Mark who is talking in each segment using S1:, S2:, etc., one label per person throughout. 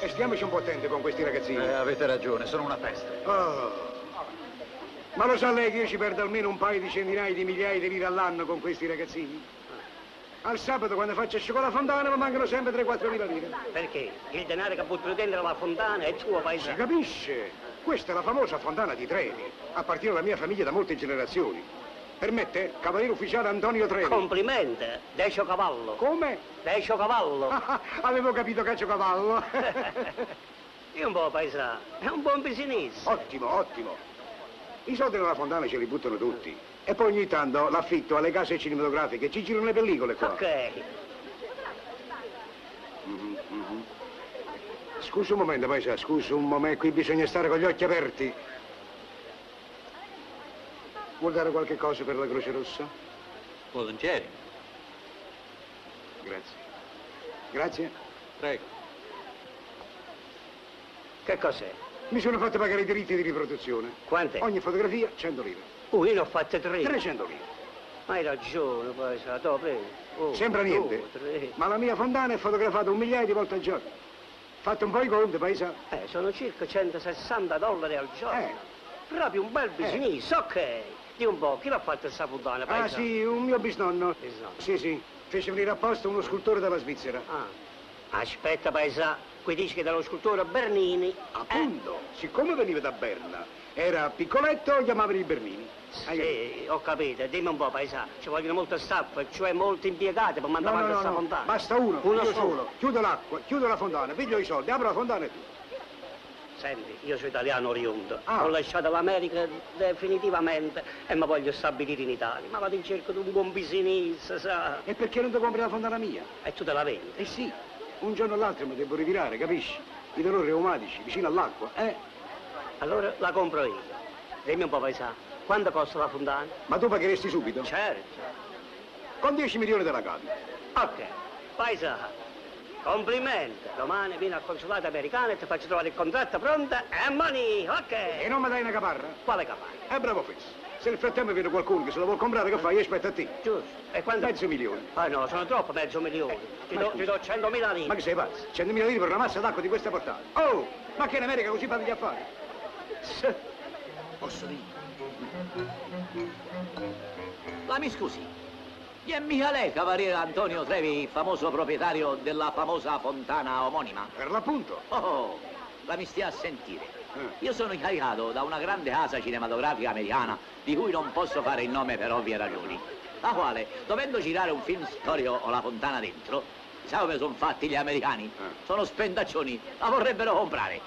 S1: E stiamoci un po' attenti con questi ragazzini.
S2: Eh, avete ragione, sono una peste.
S1: Oh. Ma lo sa lei che io ci perdo almeno un paio di centinaia di migliaia di lire all'anno con questi ragazzini? Al sabato quando faccio il cioccolato fondana mi mancano sempre 3-4 mila lire.
S3: Perché? Il denaro che buttano dentro la fontana è tuo
S1: Si
S3: paese.
S1: capisce? Questa è la famosa fontana di Trevi. Appartiene alla mia famiglia da molte generazioni. Permette? Cavaliere ufficiale Antonio Trevi.
S3: Complimenti, Decio Cavallo.
S1: Come?
S3: Decio Cavallo.
S1: Ah, avevo capito caciocavallo.
S3: Io un po' paesà, è un buon business.
S1: ottimo, ottimo. I soldi nella fontana ce li buttano tutti. E poi ogni tanto l'affitto alle case cinematografiche, ci girano le pellicole qua.
S3: Ok.
S1: Mhm, mhm. Scusa un momento, paesa, scusa un momento, qui bisogna stare con gli occhi aperti. Vuol dare qualche cosa per la Croce Rossa?
S2: Volentieri.
S1: Grazie. Grazie.
S2: Prego.
S3: Che cos'è?
S1: Mi sono fatto pagare i diritti di riproduzione.
S3: Quante?
S1: Ogni fotografia 100 lire.
S3: Oh, io ne ho fatte tre.
S1: 300 lire.
S3: Hai ragione, paesà, to, prego. Oh,
S1: Sembra
S3: due,
S1: niente.
S3: tre.
S1: Ma la mia fontana è fotografata un migliaio di volte al giorno. Fate un po' i conti, paesa.
S3: Eh, sono circa 160 dollari al giorno.
S1: Eh.
S3: Proprio un bel business, ok. Di un po', chi l'ha fatta sta puttana, paesà?
S1: Ah sì, un mio bisnonno.
S3: Bisnonno.
S1: Sì, sì. Fece venire apposta uno scultore dalla Svizzera.
S3: Ah. Aspetta, paesà, qui dici che dallo scultore Bernini.
S1: Appunto,
S3: Eh.
S1: siccome veniva da Berna, era piccoletto, chiamavano i Bernini. Hai capito?
S3: Sì, Eh, ho capito, dimmi un po', paesà, ci vogliono molto staff, cioè molti impiegati per mandare avanti questa fontana.
S1: basta uno,
S3: Uno
S1: io
S3: solo.
S1: solo. Chiudo l'acqua, chiudo la fontana, piglio i soldi, apro la fontana e tutto.
S3: Senti, io sono italiano oriundo,
S1: Ah.
S3: ho lasciato l'America definitivamente e mi voglio stabilire in Italia, ma vado in cerca di un buon business, sa.
S1: E perché non ti compri la fontana mia?
S3: E tu te la vendi?
S1: Eh sì, un giorno o l'altro mi devo ritirare, capisci? I dolori reumatici, vicino all'acqua, eh?
S3: Allora la compro io. Dimmi un po', paesà, quanto costa la fontana?
S1: Ma tu pagheresti subito?
S3: Certo.
S1: Con 10 milioni te la cavi.
S3: Ok, paesà, complimenti. Domani vieni al consolato americano e ti faccio trovare il contratto pronto e money,
S1: E
S3: ok.
S1: non mi dai una caparra?
S3: Quale capanna?
S1: Eh, bravo Fez. Se nel frattempo viene qualcuno che se la vuol comprare, che fai? Io aspetto a te.
S3: Giusto. E quanto?
S1: Mezzo milione.
S3: Ah no, sono troppo mezzo milione. Ti
S1: ma
S3: do,
S1: scusa.
S3: ti do 100.000 lire.
S1: Ma che sei pazzo? 100.000 lire per una massa d'acqua di questa portata. Oh, ma che in America così fate gli affari?
S4: Posso dire? Ma mi scusi, chi è mica lei, cavaliere Antonio Trevi, famoso proprietario della famosa fontana omonima?
S1: Per l'appunto.
S4: Oh, oh, la mi stia a sentire.
S1: Eh.
S4: Io sono incaricato da una grande casa cinematografica americana, di cui non posso fare il nome per ovvie ragioni, la quale, dovendo girare un film storico o la fontana dentro, sa come sono fatti gli americani?
S1: Eh.
S4: Sono spendaccioni, la vorrebbero comprare.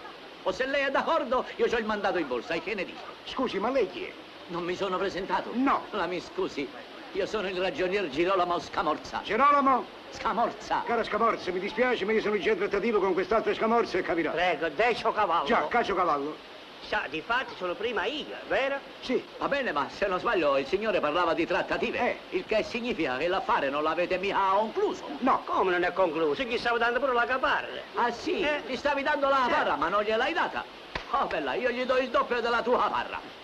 S4: O se lei è d'accordo, io ho il mandato in borsa, e che ne dice?
S1: Scusi, ma lei chi è?
S4: Non mi sono presentato?
S1: No.
S4: La mi scusi, io sono il ragionier Girolamo Scamorza.
S1: Gerolamo?
S4: Scamorza!
S1: Cara Scamorza, mi dispiace, ma io sono già in trattativo con quest'altro Scamorza e capirà.
S3: Prego, decio cavallo.
S1: Già, cacio cavallo.
S3: Sa, di fatto sono prima io, vero?
S1: Sì.
S4: Va bene, ma se non sbaglio il signore parlava di trattative,
S1: Eh.
S4: il che significa che l'affare non l'avete mica concluso.
S1: No.
S3: Come non è concluso? Gli stavo dando pure la caparra.
S4: Ah sì,
S3: Eh.
S4: ti stavi dando la
S3: Sì.
S4: parra, ma non gliel'hai data. Oh bella, io gli do il doppio della tua parra.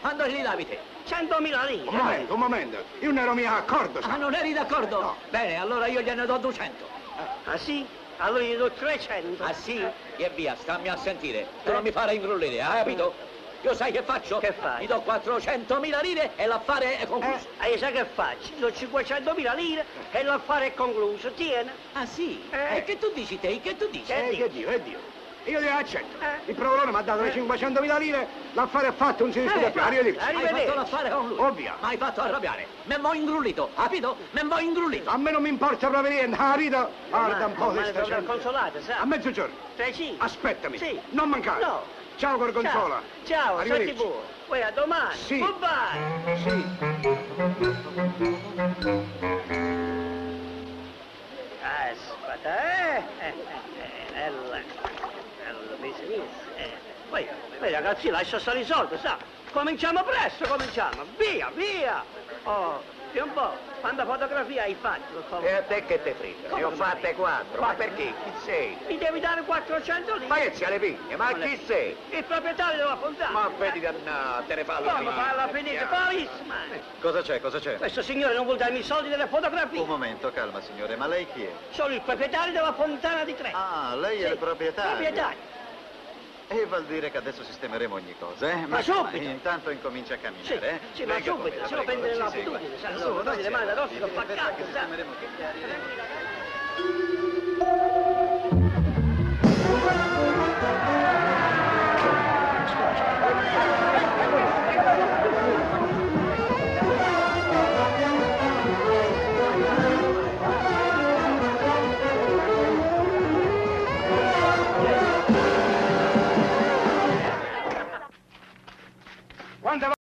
S4: Quando gli davi te?
S3: 100.000
S1: Un
S3: lire.
S1: momento, un momento. Io non ero mica d'accordo,
S4: Ah,
S1: sa.
S4: non eri d'accordo?
S1: No.
S4: Bene, allora io gliene do 200.
S3: Ah sì? Allora gli do Eh, 300.
S4: Ah sì? E via, stammi a sentire. Tu
S3: Eh.
S4: non mi fare ingrullire, hai capito? Io sai che faccio?
S3: Che fai?
S4: Mi do 400.000 lire e l'affare è
S1: Eh.
S4: concluso.
S3: E ah, io sai che faccio? Gli do 500.000 lire e l'affare è concluso. Tieni.
S4: Ah sì?
S3: Eh.
S4: E che tu dici te? Che tu dici?
S3: Eh.
S1: Eh, che Dio, eh Dio. Io le accetto.
S3: Eh.
S1: Il provolone mi ha dato le 500.000 lire, l'affare è fatto, non si discute
S3: Eh,
S1: più. Arrivederci.
S3: eh.
S4: Hai
S3: Arrivederci.
S4: fatto l'affare con lui.
S1: Ovvio.
S4: Ma hai fatto arrabbiare. Me m'ho ingrullito, capito? Me m'ho ingrullito.
S1: A me non mi importa proprio niente, arrivo. Guarda un po' di
S3: di
S1: sta
S3: stagione.
S1: gente.
S3: consolato,
S1: A
S3: sa?
S1: mezzogiorno.
S3: Tre sì.
S1: Aspettami.
S3: Sì.
S1: Non mancare.
S3: No.
S1: Ciao Gorgonzola.
S3: Ciao, ciao,
S1: Arrivederci.
S3: senti buono. Poi a domani.
S1: Sì.
S3: Goodbye.
S1: Sì.
S3: Aspetta, eh? Eh, eh, eh, Bella, bella business. eh. Poi, poi ragazzi, lascia stare i soldi, sa? Cominciamo presto, cominciamo. Via, via. Oh, Più un po', quanta fotografia hai fatto? con-
S5: E a te che te frega? Ne ho fatte quattro. Ma perché? Chi sei?
S3: Mi devi dare 400 lire.
S5: Ma che sia le pigne? Ma chi sei?
S3: Il proprietario della fontana.
S5: Ma eh, vedi dannata, te ne fa la
S3: Come fa la finita? Bravissima! eh.
S5: Eh.
S2: Cosa c'è, cosa c'è?
S3: Questo signore non vuol darmi i soldi delle fotografie.
S2: Un momento, calma signore, ma lei chi è?
S3: Sono il proprietario della fontana di Trento.
S2: Ah, lei è il proprietario.
S3: Proprietario.
S2: E vuol dire che adesso sistemeremo ogni cosa, eh?
S3: Ma subito.
S2: Intanto incomincia a camminare,
S3: Sì,
S2: eh?
S3: sì, ma
S2: Venga con me,
S3: subito,
S2: la
S3: se no
S2: prego,
S3: prende
S2: ci
S3: l'abitudine,
S2: segua.
S3: sa,
S2: Su,
S3: sono
S2: non
S3: tante
S2: c'è
S3: mani da rosso,
S2: l'abitudine,
S3: fa
S2: perché
S3: caldo, sa.
S2: sistemeremo tutti.
S1: Thank